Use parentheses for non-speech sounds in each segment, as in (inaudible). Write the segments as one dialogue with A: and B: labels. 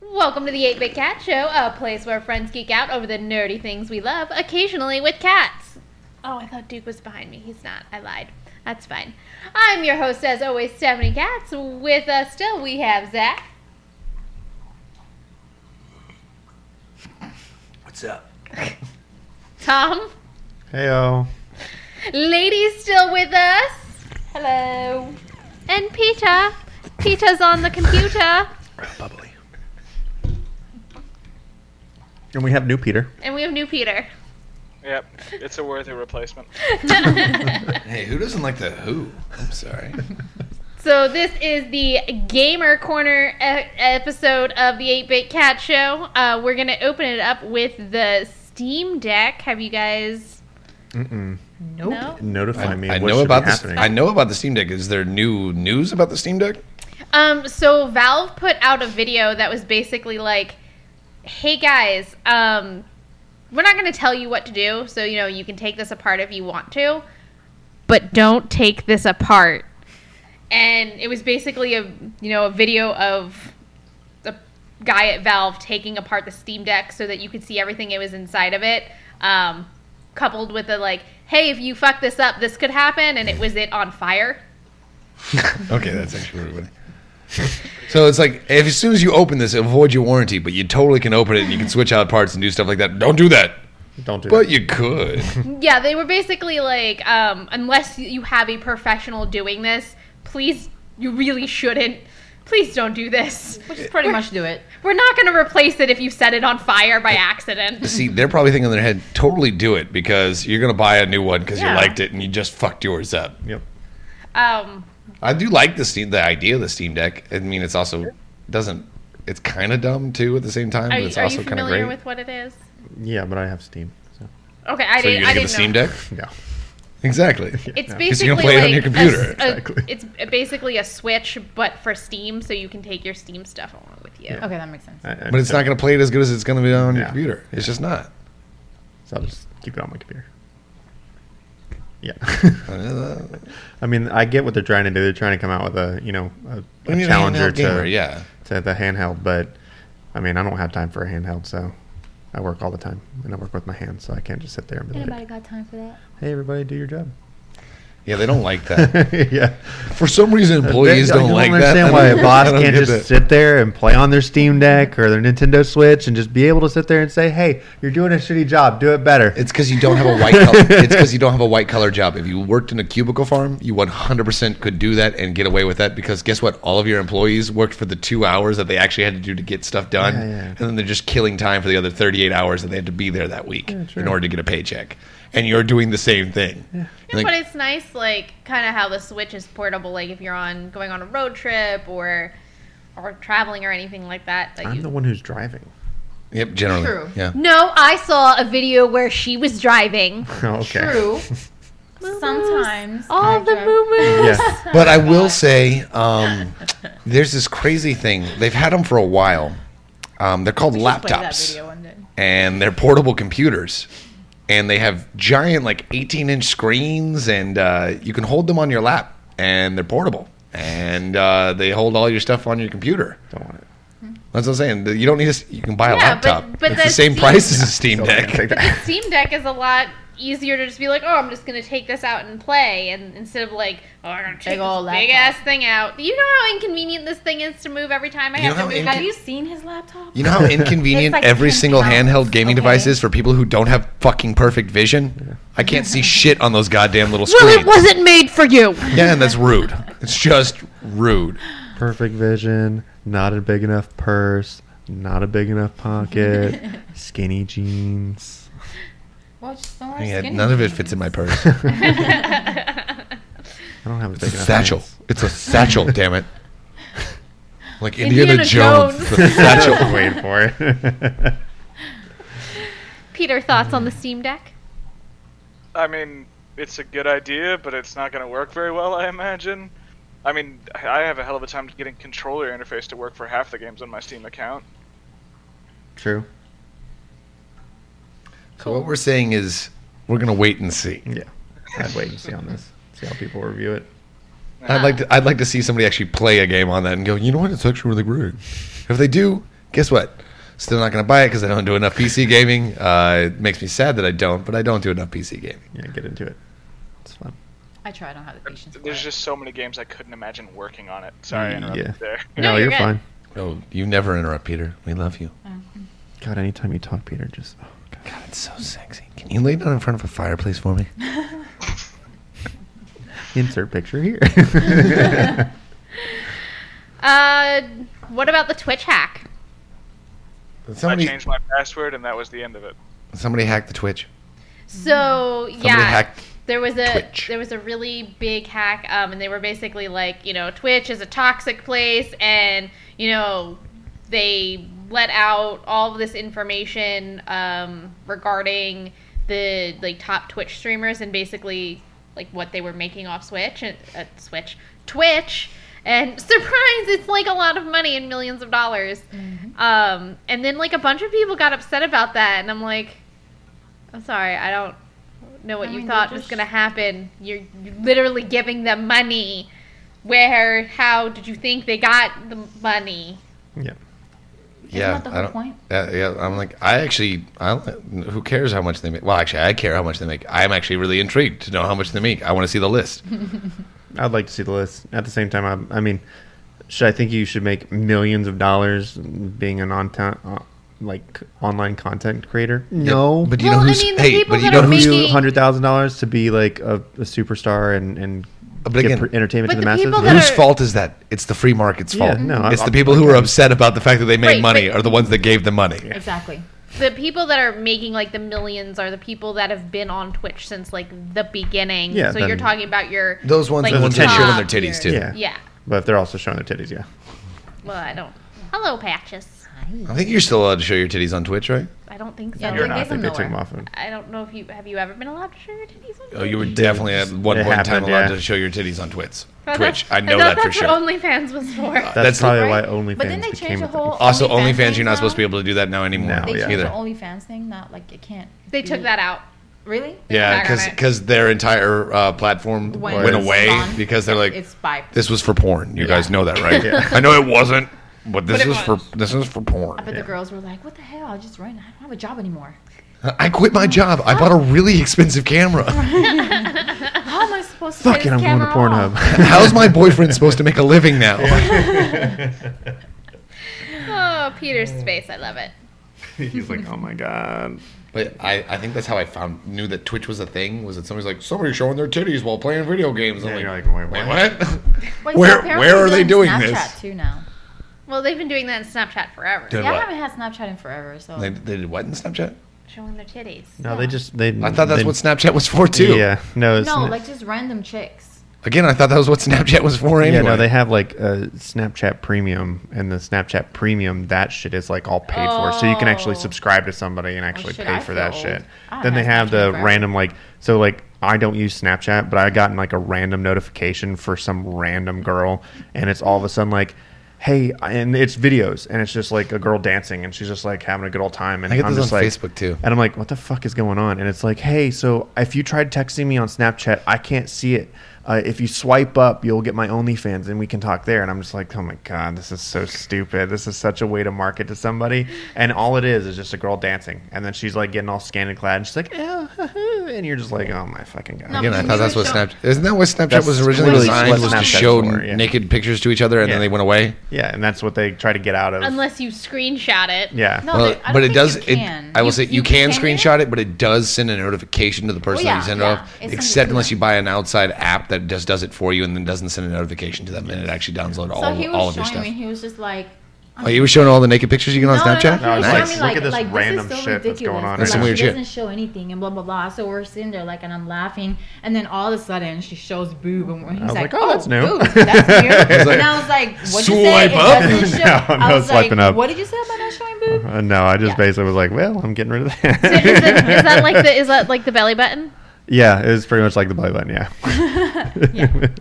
A: Welcome to the 8 Bit Cat Show, a place where friends geek out over the nerdy things we love, occasionally with cats. Oh, I thought Duke was behind me. He's not. I lied. That's fine. I'm your host, as always, Stephanie Katz. With us still, we have Zach.
B: What's up?
A: (laughs) Tom.
C: Heyo.
A: Ladies still with us. Hello. And Peter. Peter's on the computer.
B: Bubbly.
C: And we have new Peter.
A: And we have new Peter. (laughs)
D: Yep, it's a worthy replacement.
E: Hey, who doesn't like the Who? I'm (laughs) sorry.
A: So this is the gamer corner e- episode of the 8-Bit Cat Show. Uh, we're gonna open it up with the Steam Deck. Have you guys?
C: Mm-mm.
A: Nope. No.
C: Notify
E: I,
C: me.
E: I
C: what
E: know
C: should
E: about
C: be
E: this.
C: happening.
E: I know about the Steam Deck. Is there new news about the Steam Deck?
A: Um. So Valve put out a video that was basically like, "Hey guys, um, we're not gonna tell you what to do. So you know you can take this apart if you want to, but don't take this apart." And it was basically a you know a video of a guy at Valve taking apart the Steam Deck so that you could see everything that was inside of it, um, coupled with the like, "Hey, if you fuck this up, this could happen," and it was it on fire.
E: Okay, that's actually really funny. (laughs) So it's like if as soon as you open this, it'll void your warranty, but you totally can open it and you can switch out parts and do stuff like that. Don't do that.
C: Don't do
E: But
C: that.
E: you could. (laughs)
A: Yeah, they were basically like, um, unless you have a professional doing this, please, you really shouldn't. Please don't do this.
F: Which is pretty much do it.
A: We're not going to replace it if you set it on fire by accident.
E: See, they're probably thinking in their head, totally do it because you're gonna buy a new one because
A: Yeah.
E: you liked it and you just fucked yours up.
C: Yep.
A: Um,
E: (laughs) I do like the Steam, the idea of the Steam Deck. I mean, it's also doesn't. It's kind of dumb too at the same time,
A: are,
E: but
A: you-
E: it's
A: are
E: also
A: you
E: kind of
A: familiar
E: great.
A: with what it is?
C: Yeah, but I have Steam. So.
A: Okay, I
E: so
A: didn't.
E: you're
A: I
E: gonna get
A: didn't
E: a Steam
A: know.
E: Deck?
C: No. (laughs)
E: Exactly.
A: It's
E: Because
A: basically
E: you can play it
A: like
E: on your computer.
A: a s- a-
C: Exactly.
A: It's basically a Switch, but for Steam, so you can take your Steam stuff along with you.
F: Okay, that makes sense.
C: I, I,
E: But it's not going to play it as good as it's going to be on your
C: Yeah.
E: computer. It's just not.
C: So I'll just keep it on my computer. Yeah. (laughs)
E: Uh,
C: I mean, I get what they're trying to do. They're trying to come out with a you know a, a
E: need a
C: challenger
E: handheld
C: to
E: gamer, yeah.
C: to the handheld, but I mean, I don't have time for a handheld, so. I work all the time, and I work with my hands, so I can't just sit there and be like,
F: got time for that?
C: "Hey, everybody, do your job." (laughs)
E: Yeah, they don't like that.
C: yeah,
E: (laughs) For some reason, employees
C: They- I
E: don't, like that.
C: understand
E: (laughs) I
C: why a
E: don't-
C: boss
E: I don't
C: can't
E: get
C: just
E: that.
C: sit there and play on their Steam Deck or their Nintendo Switch and just be able to sit there and say, "Hey, you're doing a shitty job. Do it better."
E: It's because you don't have a white.
C: (laughs)
E: collar. It's because you don't have a white collar job. If you worked in a cubicle farm, you 100% could do that and get away with that. Because guess what? All of your employees worked for the two hours that they actually had to do to get stuff done,
C: Yeah, yeah.
E: and then they're just killing time for the other 38 hours that they had to be there that week
C: true.
E: in order to get a paycheck. And you're doing the same thing.
A: Yeah,
E: Like,
A: but it's nice, like kind of how the Switch is portable. Like if you're on going on a road trip or or traveling or anything like that. That
C: I'm
A: you.
C: the one who's driving. (laughs)
E: yep, generally.
F: True.
E: Yeah.
A: no, I saw a video where she was driving.
C: Oh, okay.
F: True. Sometimes.
A: All
F: I
A: the
F: drive-
A: moo
F: (laughs)
C: Yeah.
E: But I will say, um, there's this crazy thing. They've had them for a while. Um, they're called
F: We should play that
E: laptops,
F: video one day.
E: and they're portable computers. And they have giant, like 18 inch screens, and uh, you can hold them on your lap, and they're portable. And uh, they hold all your stuff on your computer.
C: Don't want it.
E: That's what I'm saying. You don't need a. s- You can buy a
A: Yeah, but-
E: laptop.
A: but
E: it's the
A: that's
E: same
A: the-
E: price as a Steam
C: Don't
E: Deck.
C: want it. Take that.
A: Steam Deck is a lot easier to just be like, oh, I'm just gonna take this out and play, and instead of like, oh, I'm gonna take
F: Big ol'
A: this big ass
F: laptop.
A: thing out. Do You know how inconvenient this thing is to move every time I
E: You
A: have
E: know
A: to
E: how
A: move.
E: inco-
F: Have you seen his laptop?
E: You
A: (laughs)
E: know how inconvenient
F: like
E: every
F: 10
E: single
F: pounds,
E: handheld gaming
F: okay?
E: device is for people who don't have fucking perfect vision? I can't see shit on those goddamn little
A: well,
E: screens.
A: it wasn't made for you.
E: yeah, and that's rude. It's just rude.
C: Perfect vision. Not a big enough purse. Not a big enough pocket. skinny jeans.
F: Well, just don't wear
E: Yeah,
F: skinny
E: none of it
F: jeans.
E: fits in
A: (laughs)
E: my purse.
C: I don't have a big
E: It's a
C: enough
E: satchel.
C: hands.
E: It's
C: (laughs)
E: a
A: (laughs)
E: satchel, damn it. Like Indiana,
A: Indiana
E: Jones.
A: Jones. (laughs)
E: The
C: (laughs)
E: satchel.
C: Wait for it. (laughs)
A: (laughs) Peter, thoughts on the Steam Deck?
D: I mean, it's a good idea, but it's not going to work very well, I imagine. I mean, I have a hell of a time getting controller interface to work for half the games on my Steam account.
C: True.
E: So what we're saying is we're gonna wait and see.
C: Yeah. I'd wait and see on this. See how people review it.
E: I'd like to I'd like to see somebody actually play a game on that and go, you know what, it's actually really great. If they do, Guess what? Still not going to buy it because I don't do enough PC gaming. Uh, it makes me sad that I don't, but I don't do enough PC gaming.
C: Yeah, get into it. It's fun.
F: I try. I don't have the patience. for
D: There's
F: it.
D: just so many games I couldn't imagine working on it. Sorry, (laughs) I interrupted
C: Yeah.
D: there.
A: No,
C: No,
A: you're
C: you're,
A: good.
C: fine.
E: Oh, you never interrupt, Peter. We love you.
C: God, anytime you talk, Peter, just oh, God.
E: God, it's so sexy. Can you lay down in front of a fireplace for me?
C: insert picture here. (laughs)
A: Uh, what about the Twitch hack?
E: Somebody,
D: I changed my password, and that was the end of it.
E: somebody hacked the Twitch.
A: So yeah,
E: hacked
A: there was a
E: Twitch.
A: there was a really big hack, um, and they were basically like, you know, Twitch is a toxic place, and you know, they let out all of this information um, regarding the like top Twitch streamers and basically like what they were making off Switch and uh, Switch Twitch. And (laughs) surprise, it's like a lot of money and millions of dollars. Um, and then like a bunch of people got upset about that, and I'm like, I'm sorry, I don't know what
F: I
A: you
F: mean,
A: thought
F: they're
A: was
F: just-
A: gonna happen. You're, you're literally giving them money. Where, how did you think they got the money?
C: yeah.
F: Isn't that the
E: I
F: whole
E: don't-
F: point?
E: Yeah, yeah, I'm like, I actually, I don't- who cares how much they make? Well, actually, I care how much they make. I'm actually really intrigued to know how much they make. I want to see the list.
C: I'd like to see the list. At the same time, I, I mean, should I think you should make millions of dollars being an on uh, like online content creator? No,
E: but do you
A: Well, I
E: know who's?
A: mean, the
E: hey,
A: people
E: but you
A: that
E: know
A: are
E: who's?
A: making-
C: you hundred thousand dollars to be like a, a superstar and and
E: But again-
C: give pr- entertainment
A: But
C: to the,
A: the
C: masses?
A: people that
E: Whose
A: are-
E: fault is that? It's the free market's
C: Yeah,
E: fault.
C: no, I-
E: it's
C: I-
E: the people who are upset about the fact that they made
A: Right,
E: money
A: right.
E: are the ones that gave the money.
F: Exactly.
A: The people that are making like the millions are the people that have been on Twitch since like the beginning.
C: Yeah,
A: so
C: then-
A: you're talking about your
E: Those ones,
A: like,
E: are the ones that
C: top
E: show on their titties too.
A: tier.
C: Yeah.
A: Yeah.
C: but if they're also showing their titties, yeah.
A: Well, I don't. Hello, patches.
E: I think you're still allowed to show your titties on Twitch, right?
A: I don't think so.
F: Yeah,
D: You're
F: they
D: not.
F: gave
C: I
F: him
C: think they took
F: nowhere.
C: them off. And,
A: I don't know if you have you ever been allowed to show your titties on
E: Oh, you were definitely at one
C: It
E: point in time
C: happened,
E: allowed
C: yeah.
E: to show your titties on Twitch.
A: I thought
E: Twitch,
A: that's-
E: I know
A: thought
E: that for
A: that's
E: sure.
A: what OnlyFans was for.
C: that's,
E: That's
C: probably
E: right.
C: why
F: But then
C: OnlyFans
F: they
C: became
F: changed
C: a
F: the
C: thing.
F: whole.
E: also,
F: OnlyFans,
E: OnlyFans, you're
F: now?
E: not supposed to be able to do that now anymore
C: No,
F: They
C: yeah.
F: changed
E: either.
F: the OnlyFans thing. Not like it can't.
A: They took
F: be-
A: that out.
F: Really?
E: Yeah,
A: Back on
E: because
A: it.
E: their entire uh, platform
F: Went-
E: went,
C: It's
E: away
F: gone.
E: because they're like,
F: It's by.
E: this was for porn. You guys know that, (laughs) right?
C: Yeah.
E: I know it wasn't, but this
A: But it
E: is
A: was.
E: for this is for
F: I
E: porn.
F: bet the girls were like, "What the hell? I just ran. I don't have a job anymore.
E: I quit my job. I
F: Oh.
E: bought a really expensive camera.
F: (laughs) How am I supposed to?"
C: Fuck it, I'm going to (laughs) Pornhub.
E: How's
C: (laughs)
E: my boyfriend supposed to make a living now?
A: Oh, Peter's face. I love it.
C: He's (laughs) like, oh my god.
E: But I, I think that's how I found knew that Twitch was a thing. Was that somebody's like somebody's showing their titties while playing video games? I'm
C: Yeah,
E: like,
C: you're like, wait,
E: wait,
C: what?"
E: what? Where- where are they doing
F: Snapchat
E: this?
F: Too now.
A: Well, they've been doing that in Snapchat forever.
E: Doing
F: Yeah, I
E: what?
F: haven't had Snapchat in forever, so
E: They, they did what in Snapchat?
A: Showing their titties.
C: No, they just they.
E: I thought that's
C: they,
E: what Snapchat was for too.
C: Yeah, no, it's
F: no,
C: not-
F: like just random chicks.
E: Again, I thought that was what Snapchat was for anyway.
C: Yeah, no, they have like a Snapchat Premium, and the Snapchat Premium that shit is like all paid for, so you can actually
F: Oh.
C: subscribe to somebody and actually
F: shit,
C: pay
F: I
C: for
F: feel
C: that
F: old.
C: shit.
F: I
C: Then they have
F: haven't had Snapchat
C: the
F: forever.
C: random like so like I don't use Snapchat, but I gotten like a random notification for some random girl, and it's all of a sudden like. Hey, and it's videos, and it's just like a girl dancing, and she's just like having a good old time. And
E: I get
C: am
E: those
C: just
E: on
C: like,
E: Facebook, too.
C: And I'm like, what the fuck is going on? And it's like, hey, so if you tried texting me on Snapchat, I can't see it. Uh, if you swipe up, you'll get my OnlyFans and we can talk there. And I'm just like, oh my God, this is so stupid. This is such a way to market to somebody. And all it is is just a girl dancing. And then she's like getting all scanted clad and she's like, oh, and you're just like, oh my fucking God.
F: No,
E: Again, I
F: Can
E: thought
F: you
E: that's what
F: show-
E: Snapchat. Isn't that what Snapchat
C: That's
E: was originally
C: really
E: designed?
C: what
E: Was to
C: Snapchat's
E: show
C: for, yeah.
E: naked pictures to each other, and
C: Yeah.
E: then they went away.
C: Yeah. And that's what they try to get out of.
A: Unless you screenshot it.
C: yeah.
F: No,
E: Well,
F: they-
E: but
F: I don't
E: it
F: think
E: does.
F: you
E: It,
F: can.
E: I will
F: You-
E: say you,
F: you
E: can,
F: can do
E: screenshot it? but it does send a notification to the person
F: Well,
E: that you
F: yeah,
E: send
F: yeah.
E: it off.
F: It sends it to
E: except unless
F: them.
E: you buy an outside app that just does it for you, and then doesn't send a notification to them, and it actually downloads all,
F: so he was
E: all of your
F: showing
E: stuff.
F: me. He was just like,
E: Oh, you were showing all the naked pictures you get on
F: no,
E: Snapchat.
F: No, no, he was
C: Nice.
F: showing
E: Nice.
F: me,
C: Look
F: like,
C: at this
F: like, this
C: random
F: is so
C: shit that's going
F: ridiculous.
C: on
F: Like,
E: right now. Weird
F: she
E: shit.
F: doesn't show anything and blah blah blah. So we're sitting there like, and I'm laughing, and then all of a sudden she shows boob, and he's
C: was
F: like,
C: like, "Oh, that's new."
F: boobs,
C: (laughs)
F: that's weird.
E: like,
F: and I was like, what you say?
E: "Swipe
F: It
E: up?"
F: doesn't show-
C: No,
F: I
C: no,
F: was
C: swiping
F: like,
C: up.
F: What did you say about not showing boob?
C: Uh, no, I just basically was like, well, I'm getting rid of
A: So (laughs) Is, it,
C: that.
A: is that
C: (laughs)
A: like the is that like the belly button?
C: yeah, it was pretty much like the belly button.
A: (laughs)
C: Yeah. (laughs)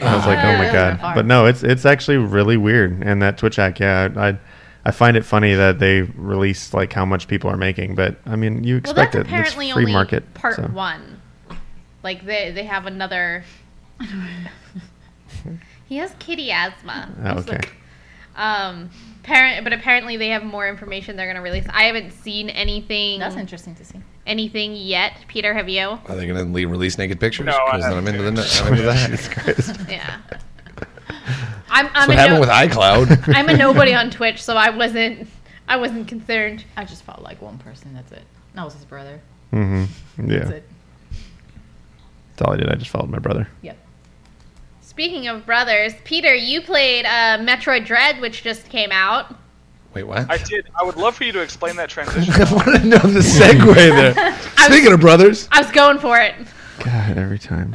C: I was like, oh my
F: Uh,
C: god!
F: hard.
C: But no, it's it's actually really weird. And that Twitch hack, yeah, I I find it funny that they release like how much people are making. But I mean, you
A: Well,
C: expect
A: that's
C: it. It's
A: apparently
C: free
A: only
C: market.
A: part
C: so.
A: one. Like they they have
C: (laughs)
A: another. he has kitty asthma.
C: Oh, okay.
A: Um, parent, but apparently they have more information they're going to release. I haven't seen anything
F: That's interesting to see.
A: anything yet. Peter, have
C: (laughs)
A: you?
E: Are they going to release naked pictures?
D: No, I
E: Because then I'm
D: haven't
E: into, the,
D: seen
E: I'm
D: (laughs)
E: into that.
A: (laughs)
C: (laughs) Jesus Christ.
A: Yeah. I'm I'm
E: what
A: a no-
E: happened with
F: (laughs)
E: iCloud?
A: I'm a nobody on Twitch, so I wasn't I wasn't concerned.
F: I just felt like one person. That's it. And That was his brother.
C: Mm-hmm. Yeah.
F: That's
C: That's
F: it.
C: all I did. I just followed my brother.
F: Yep.
A: Speaking of brothers, Peter, you played uh, Metroid Dread, which just came out.
E: Wait, what?
D: I did. I would love for you to explain that transition.
E: (laughs) I want to
D: (laughs)
E: know the segue
F: (laughs)
E: there. Speaking of brothers,
A: I was going for it.
C: God, every time.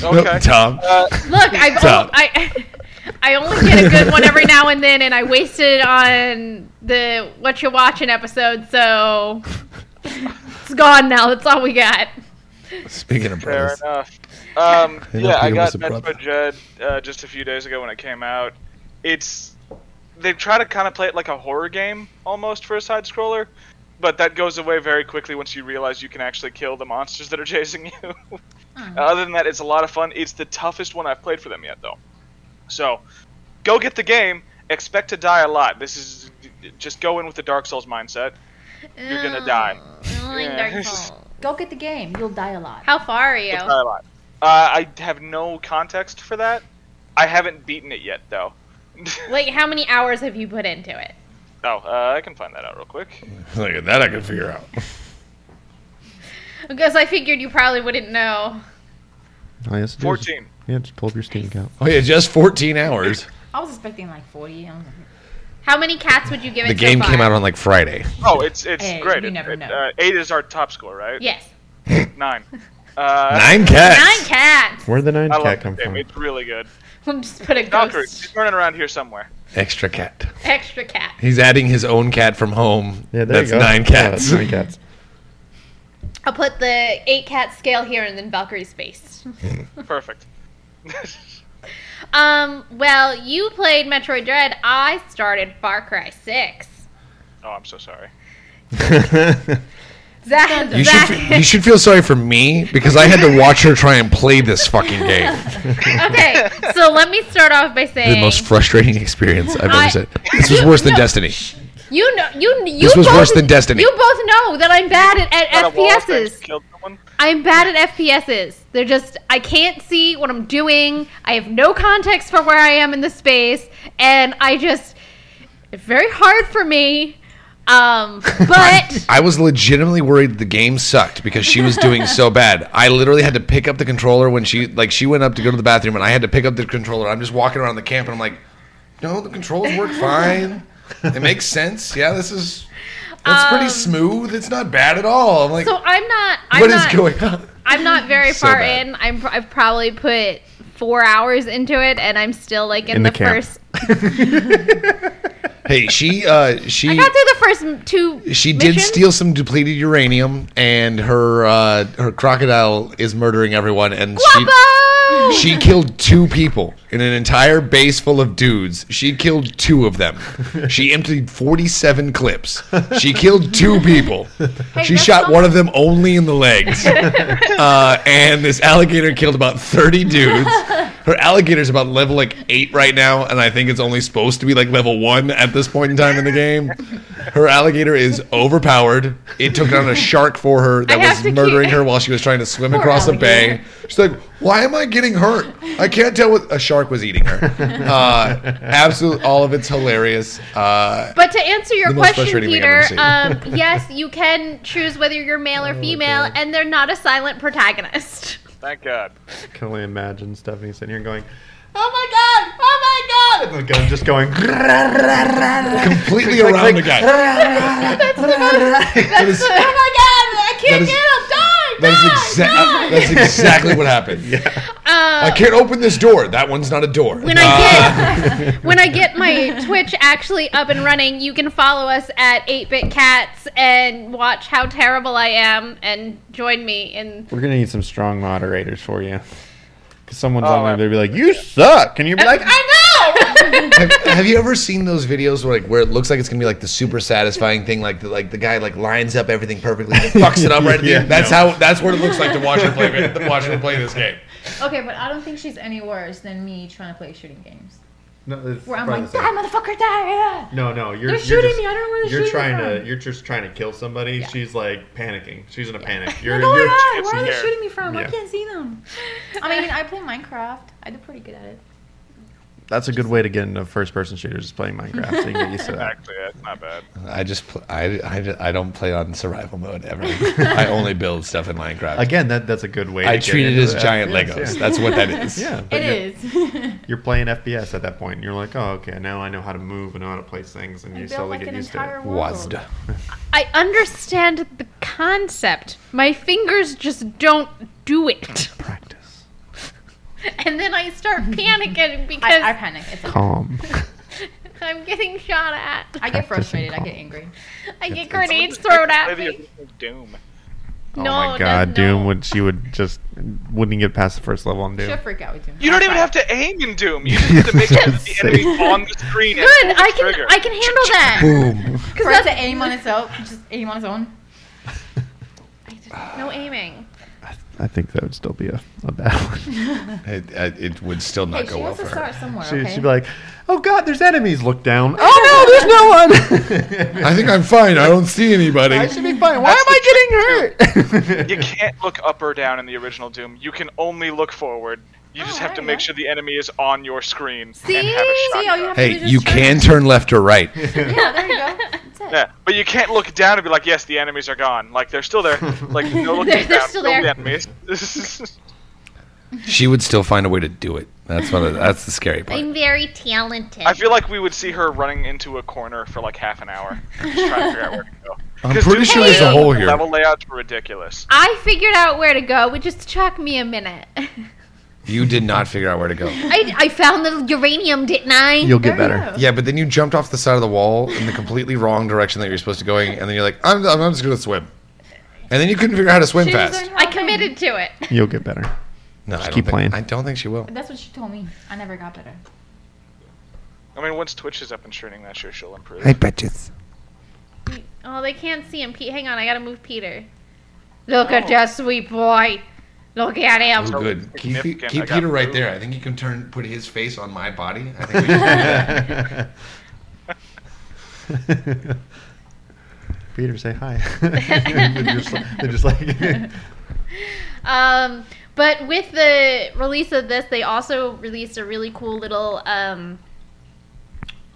D: Okay.
E: Tom.
D: Uh,
A: Look, I've
E: Stop.
A: o- I, (laughs) I only get a good one every now and then, and I wasted it on the what you're watching episode, so it's gone now. That's all we got.
E: Speaking of
D: Fair
E: brothers,
D: enough. Um,
E: I know
D: yeah, I
E: Peter
D: got
E: was a brother.
D: Metroid Dread uh, just a few days ago when it came out. It's they try to kind of play it like a horror game almost for a side scroller, but that goes away very quickly once you realize you can actually kill the monsters that are (laughs) chasing you. Other than that, it's a lot of fun. It's the toughest one I've played for them yet, though. So, go get the game. Expect to die a lot. This is just go in with the Dark Souls mindset. You're gonna die. Yeah. (laughs) Dark Souls.
F: Go get the game. You'll die a lot.
A: How far are you?
D: It's not a lot. Uh, I have no context for that. I haven't beaten it yet, though. (laughs)
A: Like, how many hours have you put into it?
D: Oh, uh, I can find that out real quick.
E: look at that I can figure out.
A: Because I figured you probably wouldn't know.
C: All you have to Oh, do is-
D: 14.
C: Yeah, just pull up your Steam account.
E: Oh yeah, just 14 hours.
F: I was expecting like 40. I was like,
A: How many cats would you give it?
E: The
A: so
E: game
A: far?
E: came out on like Friday.
D: Oh, it's it's
F: Hey,
D: great.
F: you
D: It-
F: never
D: it-
F: know.
D: uh, eight is our top score, right?
A: Yes,
F: (laughs)
D: Nine. Uh,
E: Nine
A: nine
E: cats.
A: cats. (laughs)
C: Where'd the nine
D: I
C: cat
D: love
C: come
D: that game.
C: from?
D: It's really good.
A: We'll just put a
D: Valkyrie,
A: ghost
D: she's running around here somewhere.
E: Extra cat.
A: extra cat.
E: He's adding his own cat from home.
C: Yeah, there
E: that's
C: you go.
E: nine
C: Yeah,
E: cats.
C: that's nine cats.
A: I'll put the eight cat scale here, and then Valkyrie's face.
D: Perfect. (laughs) Oh,
A: Um, well, you played Metroid Dread. I started Far Cry Six.
D: oh, I'm so sorry.
A: Zach,
E: (laughs) You should,
A: Zach. (laughs)
E: fe- you should feel sorry for me because I had to watch her try and play this fucking game.
A: okay, so let me start off by saying
E: The most frustrating experience I've
A: I-
E: ever said. This
A: (laughs)
E: was worse than Destiny.
A: you know you you
E: This was
A: both,
E: worse than Destiny.
A: You both know that I'm bad at, at
D: Got a wall of things,
A: FPSs.
D: Killed someone.
A: I'm bad at FPSs. They're just I can't see what I'm doing. I have no context for where I am in the space, and I just it's very hard for me.
E: (laughs)
A: Um, but
E: I was legitimately worried the game sucked because she was
A: (laughs)
E: doing so bad. I literally had to pick up the controller when she like she went up to go to the bathroom and I had to pick up the controller. I'm just walking around the camp and I'm like, no, the controls work fine. It
A: (laughs)
E: makes sense. Yeah, this is it's pretty smooth. It's not bad at all. I'm like,
A: Um, so I'm not. I'm
E: what is
A: not, (laughs)
E: going on?
A: I'm not very
E: (laughs) So
A: far
E: bad.
A: in. I'm. pr- I've probably put four hours into it, and I'm still like in,
C: In
A: the,
C: the camp.
A: first.
E: Hey, she uh she
A: I got through the first m- two.
E: she did
A: missions.
E: steal some depleted uranium, and her uh, her crocodile is murdering everyone, and
A: Guapo!
E: (laughs) she she killed two people in an entire base full of dudes. She killed two of them.
A: (laughs)
E: She emptied forty seven clips. She killed two people. she
A: that's
E: shot
A: not-
E: one of them only in
A: (laughs)
E: the legs, uh, and this alligator killed about thirty dudes. Her alligator's about level like eight right now, and I think it's only supposed to be like level one at this point in time in the game. Her alligator is overpowered. It took down a shark for her that
A: I have
E: was
A: to
E: murdering
A: keep-
E: her while she was trying to swim across a bay. She's like, "Why am I getting hurt? I can't tell what a shark was
A: (laughs)
E: eating her." Uh, absolutely, all of it's hilarious. Uh,
A: But to answer your
E: The most
A: question,
E: frustrating thing
A: Peter,
E: I've Oh,
A: um,
E: (laughs)
A: yes, you can choose whether you're male or female, and they're not a silent protagonist.
D: Thank God.
C: Can only imagine Stephanie sitting here going,
F: oh my god! Oh my god!
C: the gun just going. (laughs)
E: completely around the guy. That is-
F: (laughs) Oh my god! I
E: That
F: can't
E: is-
F: get him! Die!
E: that is exa-
F: die,
E: that's exactly what happened. I can't open this door. That Ah. one's not a door.
A: Um,
E: Uh,
A: When I get (laughs) when I get my Twitch actually up and running, you can follow us at 8bit cats and watch how terrible I am and join me in
C: We're gonna need some strong moderators for you. Cause someone's
D: Oh,
C: on there, they'll be
F: (laughs)
C: like, "You suck," and you'll be like, "Ah." "I
A: (laughs)
E: have, have you ever seen those videos where like where it looks like it's gonna be like the super satisfying thing, like the, like the guy like lines up everything perfectly, and fucks it up right at
C: (laughs)
E: the
C: Yeah,
E: end? That's
C: no.
E: how that's what it looks like to watch
C: (laughs)
E: her play to watch her play this game.
F: Okay, but I don't think she's any worse than me trying to play shooting games.
C: No, it's
F: Where I'm
C: probably
F: like,
C: the same.
F: die, motherfucker, die!
C: No, no, you're
F: They're
C: you're
F: shooting
C: just-
F: me. I don't know where
C: You're
F: they're shooting me
C: trying
F: from.
C: to you're just trying to kill somebody. She's like panicking. She's in a
F: (laughs)
C: panic. You're,
F: You're, oh my
C: you're
F: god,
D: it's
F: where are they
D: here.
F: shooting me from? I
C: Yeah.
F: can't see them. I mean, I play Minecraft. I do pretty good at it.
C: That's a good way to get into first person shooters is playing Minecraft. So you can get
F: (laughs)
C: used to that.
D: Actually, that's not bad.
E: I just pl- I, I, I don't play on survival mode
F: (laughs)
E: ever. I only build stuff in Minecraft.
C: Again, that that's a good way.
E: I
C: to get
E: treat it
C: into
E: as
C: that.
E: giant
C: Yes,
E: Legos.
C: yeah.
E: That's what that is.
C: Yeah, but
F: It
C: you're-
F: is. (laughs)
C: You're playing FPS at that point. You're like, oh, okay, now I know how to move and know how to place things, and
F: I
C: you
F: built
C: slowly
F: like
C: get
F: an
C: used to
F: entire (laughs)
C: it.
F: world.
E: Wazd.
A: I understand the concept. My fingers just don't do it.
C: Practice.
A: And then I start panicking because
F: I, I
A: I,
F: panic. It's like, (laughs)
C: Calm. Oh
A: am getting shot at.
F: I get frustrated. I
C: calm.
F: get angry.
A: (laughs) I get
C: It's-
A: grenades thrown
D: Play
A: at
D: the
A: me.
D: original Doom.
C: oh
A: No,
C: my
A: no,
C: god,
A: no.
C: Doom would she would just wouldn't get past the first level on Doom.
F: She'll freak out with you.
D: You don't even have to aim in Doom. You just
E: (laughs)
D: have to make sure that the
C: Same.
D: enemy on the screen.
A: Good, I can I can handle that.
E: Boom.
F: For
A: that's-
F: it to aim on itself, just aim on its own.
A: No aiming.
C: I think that would still be a, a bad one. (laughs)
E: It, I- it would still not
F: Hey, she
E: go well
F: has
E: for
F: to
E: her.
F: start somewhere.
C: She,
F: okay?
C: She'd be like, "Oh God, there's enemies. Look
F: (laughs)
C: down. Oh no, there's no one. (laughs)
E: I think I'm fine. I don't see anybody.
C: I should be fine. Why am I getting hurt?
D: You can't look up or down in the original Doom. You can only look forward. You just
F: Oh,
D: have to
F: there you
D: make
F: go.
D: sure the enemy is on your screen
A: See?
D: and have a shot.
F: See, all you have to do
E: hey,
F: is
E: you
F: just
E: can turn left or
F: (laughs)
E: right.
F: Yeah, there you go. That's it.
D: Yeah, but you can't look down and be like, "Yes, the enemies are gone." Like they're still there.
E: (laughs)
A: (laughs)
D: Like no looking
A: They're- they're
D: down.
A: still
D: kill
A: there.
D: The enemies. (laughs)
E: She would still find a way to do it. That's one. Of, that's the scary part.
A: I'm very talented.
D: I feel like we would see her running into a corner for like half an hour, just trying to figure out where to go.
E: I'm
D: 'Cause Doom
E: pretty sure there's a
D: layout-
E: hole here.
D: Level layouts were ridiculous.
A: I figured out where to go. It just took me a minute. (laughs)
E: You did not figure out where to
F: (laughs)
E: go.
A: I, I found the uranium, didn't I?
C: You'll get
F: There you
C: (laughs) better.
F: go.
E: Yeah, but then you jumped off the side of the wall in the completely wrong direction that you're supposed to go, in, and then you're like, I'm, I'm I'm just gonna swim. And then you couldn't figure out how to swim
F: She
E: fast.
F: doesn't
A: I
F: have
A: committed to it.
C: You'll get better.
E: no, I don't
C: keep
E: think,
C: playing.
E: I don't think she will.
F: any- Oh, That's what she told me. I never got better.
D: I mean, once Twitch is up and streaming that year, she'll improve.
E: bitches.
A: Oh, they can't see him. Pete, hang on. I gotta move Peter. Look at that sweet boy. Look at him.
E: Oh, good. Keep,
D: Significant. I
E: keep
D: got
E: Peter right
D: food.
E: there. I think you can turn put his face on my body.
C: (laughs)
E: I think we should do that.
C: Peter, say hi. they're, just, they're just like,
A: Um, but with the release of this, they also released a really cool little um,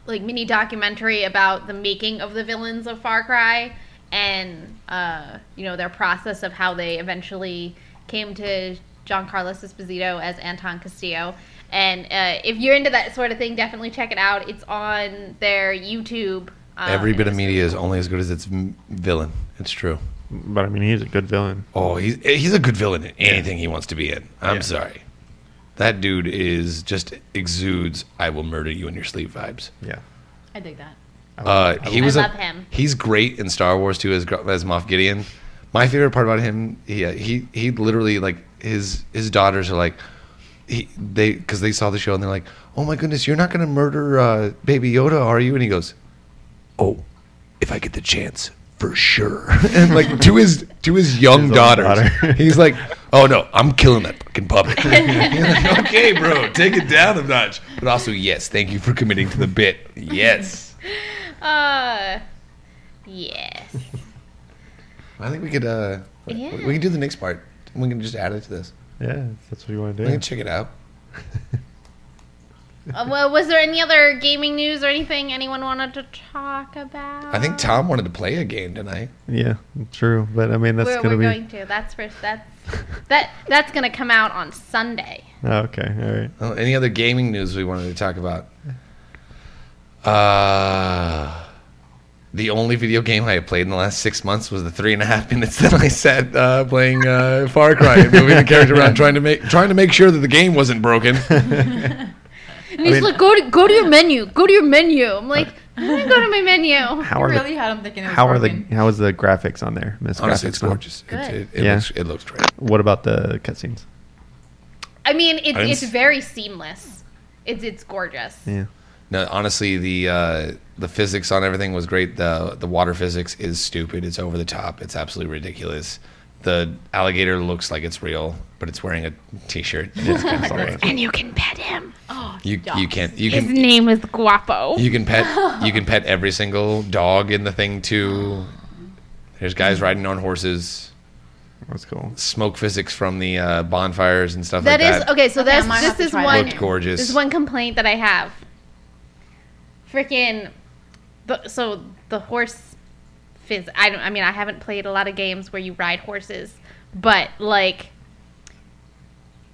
A: like mini documentary about the making of the villains of Far Cry and uh, you know their process of how they eventually came to John Carlos Esposito as Anton Castillo. And uh, if you're into that sort of thing, definitely check it out. It's on their YouTube. Um,
E: (laughs) Every bit of
A: and
E: media is only as good as its m- villain. It's true.
C: but I mean, he's a good villain.
E: Oh, he's he's a good villain in anything he wants to be in. I'm
C: Yeah.
E: sorry. That dude is just exudes I will murder you in your sleep vibes.
C: Yeah.
F: I dig that.
E: Uh, he was
A: I
E: a-
A: love him.
E: He's great in Star Wars too as Gr- as Moff Gideon. My favorite part about him, he uh, he he literally like his his daughters are like he they because they saw the show and they're like, oh my goodness, you're not gonna murder uh, Baby Yoda, are you? And he goes, oh, if I get the chance. For sure, (laughs) and like to his to his young
C: His own
E: daughters,
C: daughter.
E: he's like, "Oh no, I'm killing that fucking puppet." You're like, okay, bro, take it down a notch. But also, yes, thank you for committing to the bit. Yes.
A: Uh, yes.
E: I think we could uh
A: Yeah.
E: we can do the next part. We can just add it to this.
C: Yeah, if that's what you want to
E: We
C: do.
E: can check it out.
A: Uh, well, was there any other gaming news or anything anyone wanted to talk about?
E: I think Tom wanted to play a game tonight.
C: Yeah, true. But I mean, that's
A: we're,
C: gonna
A: we're
C: be
A: going to. That's for that's that that's gonna come out on Sunday.
C: Oh, okay. All right.
E: Oh, any other gaming news we wanted to talk about? Uh the only video game I have played in the last six months was the three and a half minutes that I sat uh, playing uh, Far Cry and moving the character
C: (laughs)
E: around, trying to make trying to make sure that the game wasn't broken.
A: And he's
C: mean-
A: like, go to go to your menu. Go to your menu. I'm like, I'm gonna go to my menu.
C: How
F: You
C: are
F: really
C: the
F: had him thinking it was
C: how are the
F: broken.
C: how is the graphics on there? Miss
E: Honestly,
C: graphics
E: it's
C: on-
E: gorgeous. It,
A: Good.
E: it, it
C: Yeah.
E: looks it looks great.
C: What about the cutscenes?
A: I mean, it,
E: I didn't
A: it's
E: s-
A: very seamless. It's it's gorgeous.
C: Yeah.
E: No, honestly, the uh, the physics on everything was great. the The water physics is stupid. It's over the top. It's absolutely ridiculous. The alligator looks like it's real, but it's wearing a t-shirt. It's
A: (laughs)
E: kinda
C: I saw
E: great.
C: that.
A: And you can pet him.
F: Oh,
E: You
F: dogs.
E: you can't you
A: His
E: can
A: name was Guapo.
E: you
A: (laughs)
E: can pet you can pet every single dog in the thing too. There's guys
A: Mm.
E: riding on horses,
C: That's cool.
E: smoke physics from the uh, bonfires and stuff
A: That
E: like
A: is
E: that.
A: okay. So
F: Okay, I
A: that's
F: might
A: this
F: have to
A: is
F: try
A: one
F: that.
E: Looked gorgeous.
A: This is one complaint that I have. Freaking, the, so the horse phys. I don't. I mean, I haven't played a lot of games where you ride horses, but like,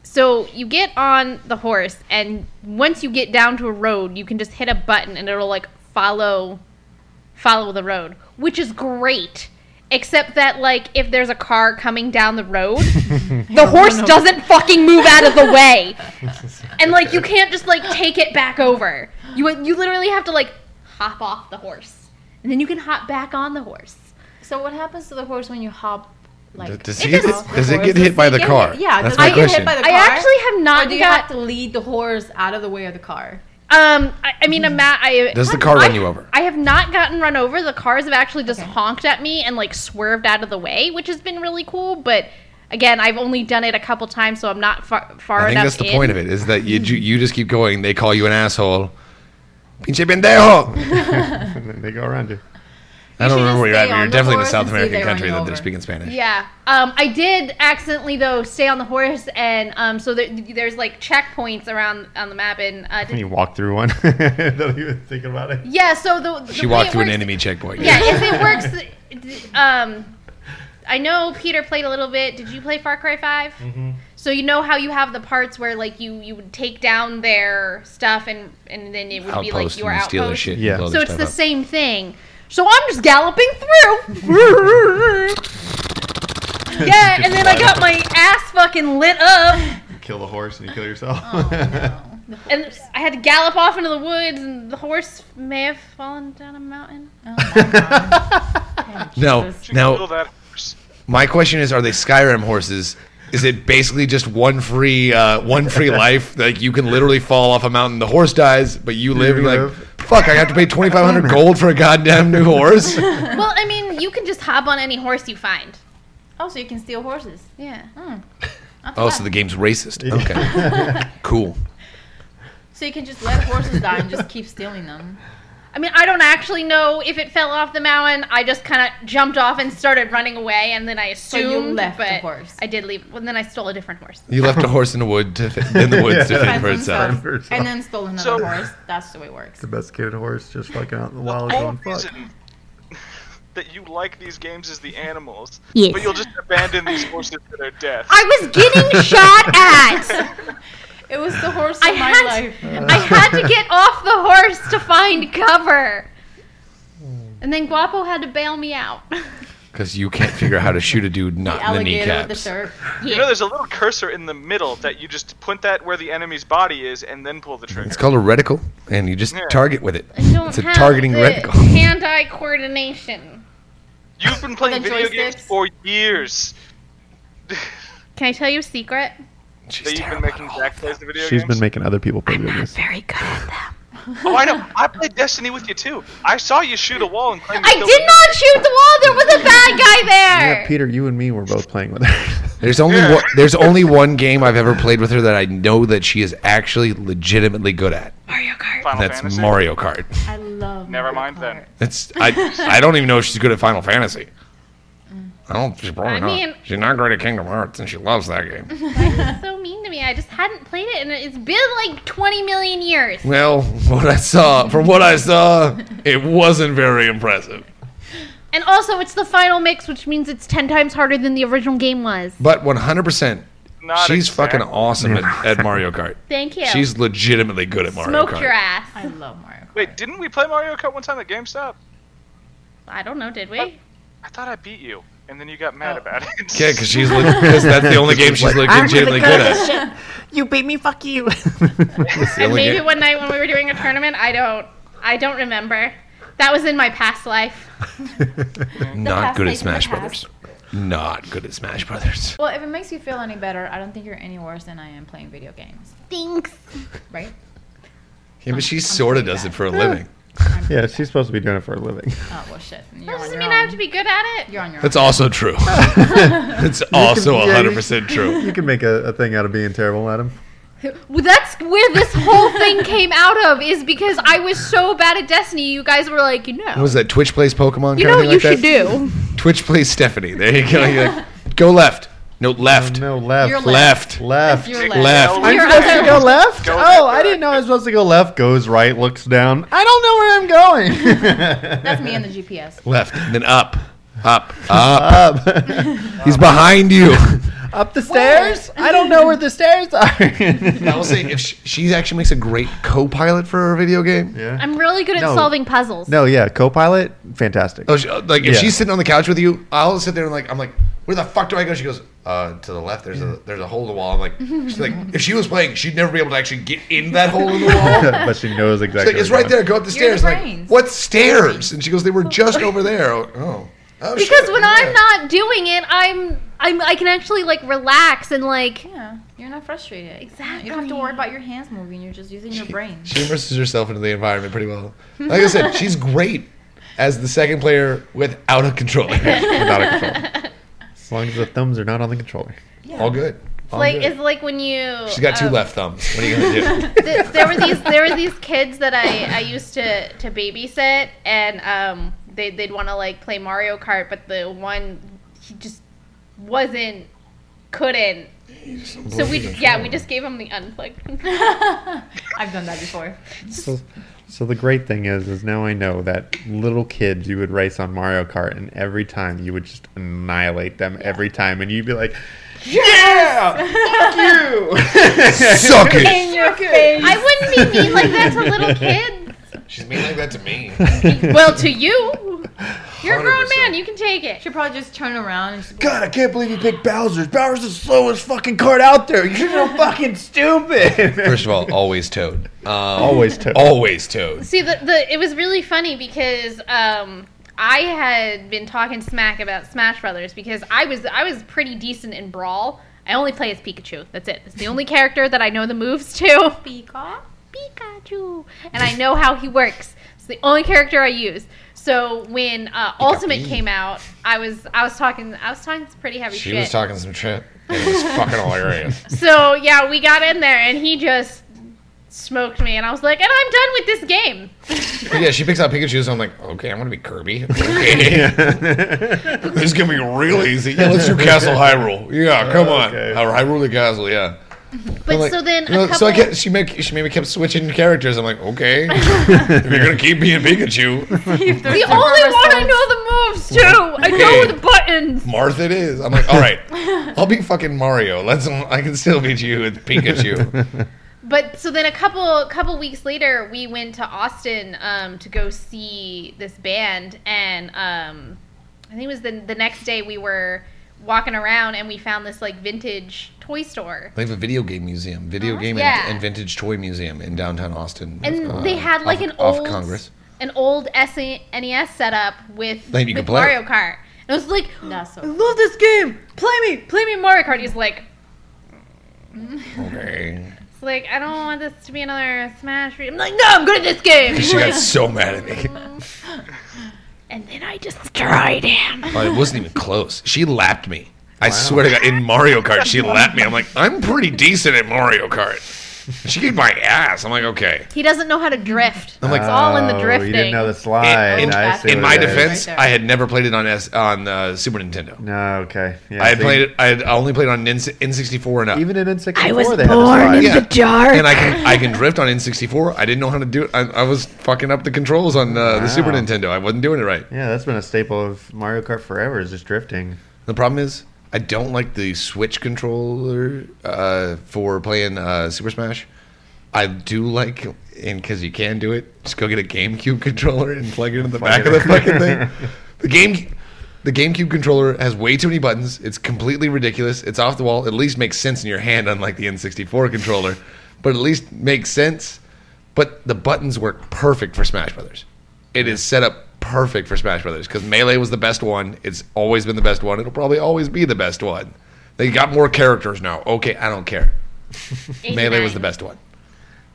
A: so you get on the horse, and once you get down to a road, you can just hit a button, and it'll like follow follow the road, which is great. Except that, like, if there's a car coming down the road, the horse doesn't fucking move out of the way, and like you can't just like take it back over. You you literally have to like hop off the horse, and then you can hop back on the horse.
F: So what happens to the horse when you hop? Like,
E: does
F: off
E: he
F: the
E: get, does it
F: horse?
E: get hit by the
F: get
E: car?
F: hit- Yeah,
E: that's
F: does
E: my
F: it get hit
E: question.
F: by the
A: I
F: car?
A: actually have
F: Or
A: not
F: do you
A: got.
F: have to lead the horse out of the way of the car?
A: um, I, I mean, a mat. I
E: Does the car
A: I-
E: run you over?
A: I have not gotten run over. The cars have actually just
F: Okay.
A: honked at me and like swerved out of the way, which has been really cool. But again, I've only done it a couple times, so I'm not far, far
E: I think
A: enough.
E: that's the
A: in.
E: point of it is that you ju- you just keep going. They call you an asshole. Pinche pendejo.
C: And then they go around you.
E: I don't
F: should
E: remember
F: just
E: where you're at. but
F: stay
E: You're
F: on the
E: definitely in a
F: horse
E: South
F: and see if
E: American
F: they run
E: country
F: you
E: that they're
F: over.
E: speaking Spanish.
A: Yeah. Um, I did accidentally though stay on the horse, and um, so there, there's like checkpoints around on the map, and uh,
C: And you walk through one. (laughs) Don't even think about it.
A: yeah. So the, the
E: She
A: way
E: walked
A: it
E: through an
A: works-
E: enemy checkpoint.
A: Yeah,
E: (laughs)
A: if it works, um, I know Peter played a little bit. Did you play Far Cry 5 Mm-hmm. So you know how you have the parts where like you you would take down their stuff, and and then it would be like
E: Outpost
A: your
E: and you
A: outpost.
E: steal their shit. and
C: Yeah.
E: blow
A: So
E: their
A: it's
E: stuff
A: the
E: up.
A: same thing. So I'm just galloping through. yeah, and then I got my ass fucking lit up,
C: Kill the horse and you kill yourself. (laughs)
A: and I had to gallop off into the woods, and the horse may have fallen down a mountain.
E: No,
F: Jesus.
D: Kill
E: now
D: that horse.
E: my question is: Are they Skyrim horses? Is it basically just one free, uh,
C: (laughs)
E: one free life? Like you can literally fall off a mountain, the horse dies, but you live. you're
C: live.
E: like, fuck! I have to pay twenty
C: (laughs)
E: five hundred gold for a goddamn new horse.
A: Well, I mean, you can just hop on any horse you find.
F: Oh, so you can steal horses.
A: Yeah.
E: Oh, so the game's racist. Okay,
C: (laughs)
E: cool.
F: So you can just let horses die and just keep stealing them.
E: (laughs)
A: I mean, I don't actually know if it fell off the mountain. I just kind of jumped off and started running away, and then I
F: you
A: assumed.
F: left the
A: but
F: horse.
A: I did leave. Well, then I stole a different horse.
E: You left a horse in the wood to fit, in the woods to
C: Yeah.
E: fend for itself.
C: Fend for itself.
F: and then stole another
D: So-
F: horse. That's the way it
E: (laughs)
F: works.
C: Domesticated horse just fucking out in the wild
D: whole
C: going fuck.
D: reason (laughs) that you like these games is the animals,
A: Yes.
D: but you'll just abandon these horses to their death.
A: I was getting shot (laughs) at.
F: It was the horse of
A: I
F: my
A: had-
E: (laughs)
F: life.
A: I had to get off the horse to find cover. And then Guapo had to bail me out. (laughs)
E: Because you can't figure out how to shoot a dude not in the
F: Alligator with the
E: kneecaps.
F: shark.
D: You know, there's a little cursor in the middle that you just point that where the enemy's body is and then pull the trigger.
E: It's called a reticle, and you just
D: Yeah.
E: target with it.
A: I don't
E: It's a
A: have
E: targeting
A: the (laughs)
E: reticle. (laughs)
A: Hand-eye coordination.
D: You've been playing
F: The
D: video games
F: joysticks.
D: for years. that
A: Can I tell you a secret?
E: She's
D: you've been
E: terrible at
D: making
E: all.
D: Zach plays the video
C: She's been
D: games.
C: making other people play with this.
A: Very good at them.
D: oh, I know. I played Destiny with you too. I saw you shoot a wall and claim. you
A: I
D: killed
A: did
D: it.
A: not shoot the wall. There was a bad guy there.
C: Yeah, Peter, you and me were both playing with her. (laughs)
E: There's only
D: Yeah.
E: one,
D: (laughs)
E: there's only one game I've ever played with her that I know that she is actually legitimately good at.
A: Mario Kart.
D: Final
E: That's
D: Fantasy.
E: Mario Kart.
F: I love.
D: Never
F: Mario
D: mind
F: Kart.
D: then.
E: That's I I don't even know if she's good at Final Fantasy. I don't. She's probably
A: Mm. I
E: not.
A: mean-
E: she's not great at Kingdom Hearts, and she loves that game. (laughs)
A: so mean to me. I just hadn't played it, and it's been like 20 million years.
E: well, what I saw, from what I saw, it wasn't very impressive.
A: And also, it's the final mix, which means it's 10 times harder than the original game was.
E: But 100, percent
D: Not
E: she's
D: exactly.
E: fucking awesome at, at Mario Kart.
A: Thank you.
E: She's legitimately good at Mario
A: smoked
E: Kart.
A: your ass.
F: I love Mario. Kart.
D: Wait, didn't we play Mario Kart one time at GameStop?
A: I don't know, did we?
D: I thought I beat you, and then you got mad
F: Oh.
D: about it.
E: (laughs)
A: (laughs)
E: Yeah, because she's le- cause that's the (laughs) only game she's like, legitimately good at.
B: (laughs) You beat me, fuck you.
E: It's the
A: And
E: only
A: maybe
E: game-
A: one night when we were doing a tournament, I don't, I don't remember. That was in my past life.
E: Not
F: past
E: good at
F: life in the
E: Smash Brothers.
F: past.
E: Not good at Smash Brothers.
F: Well, if it makes you feel any better, I don't think you're any worse than I am playing video games,
A: Thanks.
F: right?
E: (laughs) Yeah, but she sort of
F: pretty
E: does
F: bad.
E: it for a living.
C: yeah, she's supposed to be doing it for a living. (laughs)
F: Oh well, shit. You're
A: That
F: on
A: doesn't
F: your
A: mean
F: own.
A: I have to be good at it.
F: You're on your
E: That's
F: own.
A: (laughs)
E: also true. (laughs) That's also
C: yeah, you-
E: 100% true.
C: You can make a, a thing out of being terrible at him.
A: Well, that's where this whole thing came out of is because I was so bad at Destiny. You guys were like, you
E: What
A: know,
E: was that? Twitch plays Pokemon.
A: you
E: kinda
A: know what
E: thing
A: you
E: like that?
A: should do.
E: Twitch plays Stephanie. There you go. You're
A: (laughs)
E: like, go left. No left.
C: Oh, No, left.
F: You're
E: Left.
C: Left.
F: You're
D: Take
E: left.
D: the L
C: I'm
A: You're
D: with
C: supposed
A: okay.
C: to go left?
D: Go
C: oh, I
D: back.
C: didn't know I was supposed to go left. Goes right, looks down. I don't know where I'm going. (laughs)
F: That's me and the GPS.
E: Left. And then up.
A: (laughs)
E: Up. Up.
C: Up.
E: He's behind you.
C: Up the stairs? I don't know where the stairs
E: I
C: are.
E: will say, if she, she actually makes a great co-pilot for her video game.
C: yeah.
A: I'm really good at
C: No.
A: solving puzzles.
C: (laughs) No, yeah, co-pilot, fantastic. (laughs)
E: Oh, she, uh, like if
C: Yeah.
E: she's sitting on the couch with you, I'll sit there and like I'm like, where the fuck do I go? She goes, uh, to the left. There's a there's a hole in the wall. I'm like, she's like, if she was playing, she'd never be able to actually get in that hole in
C: (laughs)
E: the wall.
C: but she knows
E: She's
C: exactly.
E: like, it's
C: where
E: right
C: we're
E: there. Go up the
F: You're the
E: stairs. I'm like,
F: brains.
E: what stairs? And she goes, they were just over there. Oh, oh, Oh,
A: because
E: shit.
A: when
E: Yeah.
A: I'm not doing it, I'm I'm I can actually like relax and like
F: Yeah, you're not frustrated. You don't have
A: Exactly.
F: to worry about your hands moving. You're just using your brain.
E: She immerses herself into the environment pretty well. Like
A: (laughs)
E: I said, she's great as the second player without a
A: (laughs)
E: controller. without a controller.
C: As long as the thumbs are not on the controller.
E: All good. All
A: like
E: good.
A: it's like when you
E: She's got two
A: um,
E: left thumbs. What are you
A: (laughs)
E: gonna do?
A: th- there were these there were these kids that I, I used to, to babysit and um they they'd want to like play Mario Kart but the one he just wasn't couldn't so we yeah we just gave him the unplugged
F: I've done that
A: (laughs)
F: before.
C: So, so the great thing is, is now I know that little kids you would race on Mario Kart, and every time you would just annihilate them every time, and you'd be like,
A: (laughs)
E: Suck it.
A: I wouldn't be mean like that to little kids
E: She's mean like that to me.
A: well to you you're a grown
E: 100%.
A: man you can take it
F: Should probably just turn around and just
C: God, I can't believe you picked Bowser's. Bowser's the slowest fucking cart out there. You're so fucking stupid.
E: First of all, always Toad. Um,
C: Always took.
E: (laughs) Always Toad.
A: See, the, the it was really funny because um, I had been talking smack about Smash Brothers because I was I was pretty decent in Brawl. I only play as Pikachu. That's it. It's the only character that I know the moves to.
F: speak off.
A: Pikachu, (laughs) and I know how he works. It's the only character I use. So when uh, Ultimate came out, I was I was talking I was talking some pretty heavy
E: She
A: shit.
E: was talking some shit. It was fucking
A: (laughs)
E: hilarious.
A: so yeah, we got in there and he just smoked me, and I was like, and I'm done with this game.
E: But yeah, she picks out Pikachu, so I'm like, okay, I'm gonna
C: (laughs)
E: be Kirby. Okay. (laughs) This is gonna be real easy. Yeah,
C: (laughs)
E: let's do Castle Hyrule. Yeah, come on.
C: Okay.
E: Uh, Hyrule the Castle. Yeah.
A: But
E: I'm like,
A: so then a
E: you know,
A: couple.
E: so I kept, she make, she maybe kept switching characters. I'm like, okay,
A: (laughs)
E: if you're
C: (laughs)
E: gonna keep being Pikachu,
A: The only one I know the moves to. I know the buttons.
E: Martha it is. I'm like, all right, I'll be fucking Mario. Let's I can still beat you with Pikachu.
A: But so then a couple couple weeks later, we went to Austin um, to go see this band, and um, I think it was the the next day we were walking around and we found this like vintage toy store,
E: (laughs) They have a video game museum, video game and-
A: Yeah.
E: and, vintage toy museum in downtown Austin.
A: and
E: Uh,
A: they had like
E: off-
A: an
E: off
A: old (laughs)
E: Congress.
A: an old SNES setup with,
E: Like, you
A: with
E: could play
A: Mario
E: it.
A: Kart. And I was like,
F: That's so
A: I love this game. Play me, play me Mario Kart. He's like,
E: Okay.
A: It's like, I don't want this to be another Smash. Re- I'm like, no, I'm good at this game.
E: She got so mad
A: (laughs)
E: at me.
A: and then I destroyed him.
E: Oh, it wasn't even close. She lapped me. I swear to God, in Mario
A: (laughs)
E: Kart, she lapped me. I'm like, I'm pretty decent at Mario Kart. She kicked my ass. I'm like, okay.
A: He doesn't know how to drift.
E: I'm like,
A: it's all in the
C: Oh,
A: drifting.
C: You didn't know the slide.
E: In, in-
C: I see
E: in
C: what
E: my
C: it is.
E: defense,
F: Right there.
E: I had never played it on S, on uh, Super Nintendo.
C: No, okay. Yeah,
E: I had
C: see,
E: played it. uh, I had only played on N- N64 and up.
C: Even in N64,
B: I was
C: they had a
B: born
C: slide.
B: in
E: Yeah.
B: the dark.
E: (laughs) and I can I can drift on N64. I didn't know how to do it. I, I was fucking up the controls on uh, the Super
C: Wow.
E: Nintendo. I wasn't doing it right.
C: Yeah, that's been a staple of Mario Kart forever is just drifting.
E: The problem is, I don't like the Switch controller uh, for playing uh, Super Smash. I do like, and because you can do it, just go get a GameCube (laughs) controller and plug it in the
C: it
E: back of the
C: in. (laughs)
E: fucking thing. The game, the GameCube controller has way too many buttons. It's completely ridiculous. It's off the wall. It at least makes sense in your hand, unlike the N64 controller. But at least makes sense. But the buttons work perfect for Smash Brothers. It is set up perfect for Smash Brothers because Melee was the best one. It's always been the best one. It'll probably always be the best one. They got more characters now. Okay, I don't care. Melee was the best one.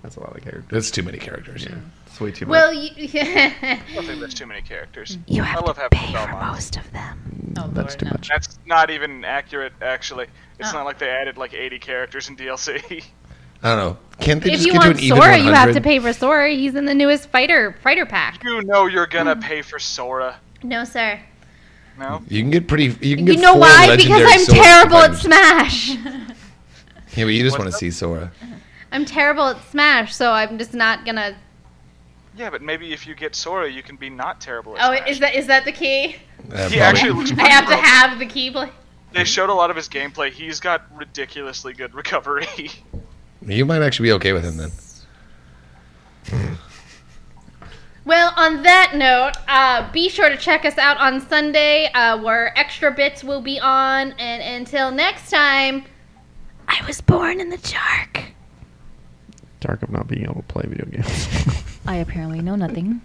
C: That's a lot of characters.
E: That's too many characters.
C: It's way too much.
A: Well, you, (laughs) yeah.
D: I think there's too many characters.
B: you
D: I
B: have
D: love
B: to
D: having
B: pay for
D: Belmont.
B: most of them.
F: Oh,
C: that's too
F: no.
C: much.
D: That's not even accurate, actually. It's
F: Oh.
D: not like they added like 80 characters in DLC.
E: I don't know. Can't they
A: if
E: just
A: you
E: get
A: want
E: you an
A: Sora,
E: even
A: you have to
E: 100?
A: pay for Sora. He's in the newest fighter fighter pack.
D: (laughs) You know you're
A: Hmm.
D: gonna pay for Sora.
A: No, sir.
D: No.
E: You can get pretty. You can
A: You
E: get
A: know
E: four
A: why? Because
E: legendary
A: I'm
E: Sora
A: terrible at
E: items.
A: Smash.
E: (laughs) Yeah, but you just
D: What's
E: want to
D: up?
E: see Sora.
A: I'm terrible at Smash, so I'm just not gonna.
D: Yeah, but maybe if you get Sora, you can be not terrible. At
A: Oh,
D: Smash.
A: is that is that the key?
E: Uh,
D: He
E: probably.
D: actually looks.
A: (laughs) I
D: pretty
A: have to
D: broken.
A: have the key. Play-
D: They showed a lot of his gameplay. He's got ridiculously good (laughs) recovery.
E: You might actually be okay with him then.
A: Well, on that note, uh, be sure to check us out on Sunday, uh, where extra bits will be on. And until next time, I was born in the dark.
C: Dark of not being able to play video games.
F: I apparently know nothing.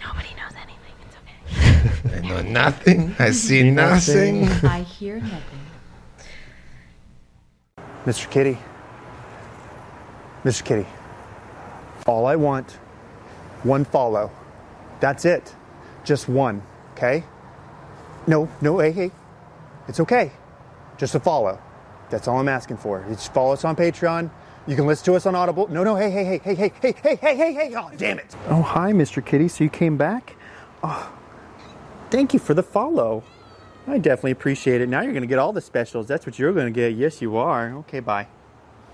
A: Nobody knows anything. It's okay.
E: I know nothing. I see nothing.
F: I hear nothing.
G: Mr. Kitty, Mr. Kitty, all I want, one follow. That's it. Just one, okay? No, no, hey, hey. It's okay. Just a follow. That's all I'm asking for. You just follow us on Patreon. You can listen to us on Audible. No, no, hey, hey, hey, hey, hey, hey, hey, hey, hey, hey, oh, damn it. Oh, hi, Mr. Kitty. So you came back? Oh, Thank you for the follow. I definitely appreciate it. Now you're going to get all the specials. That's what you're going to get. Yes, you are. Okay, bye.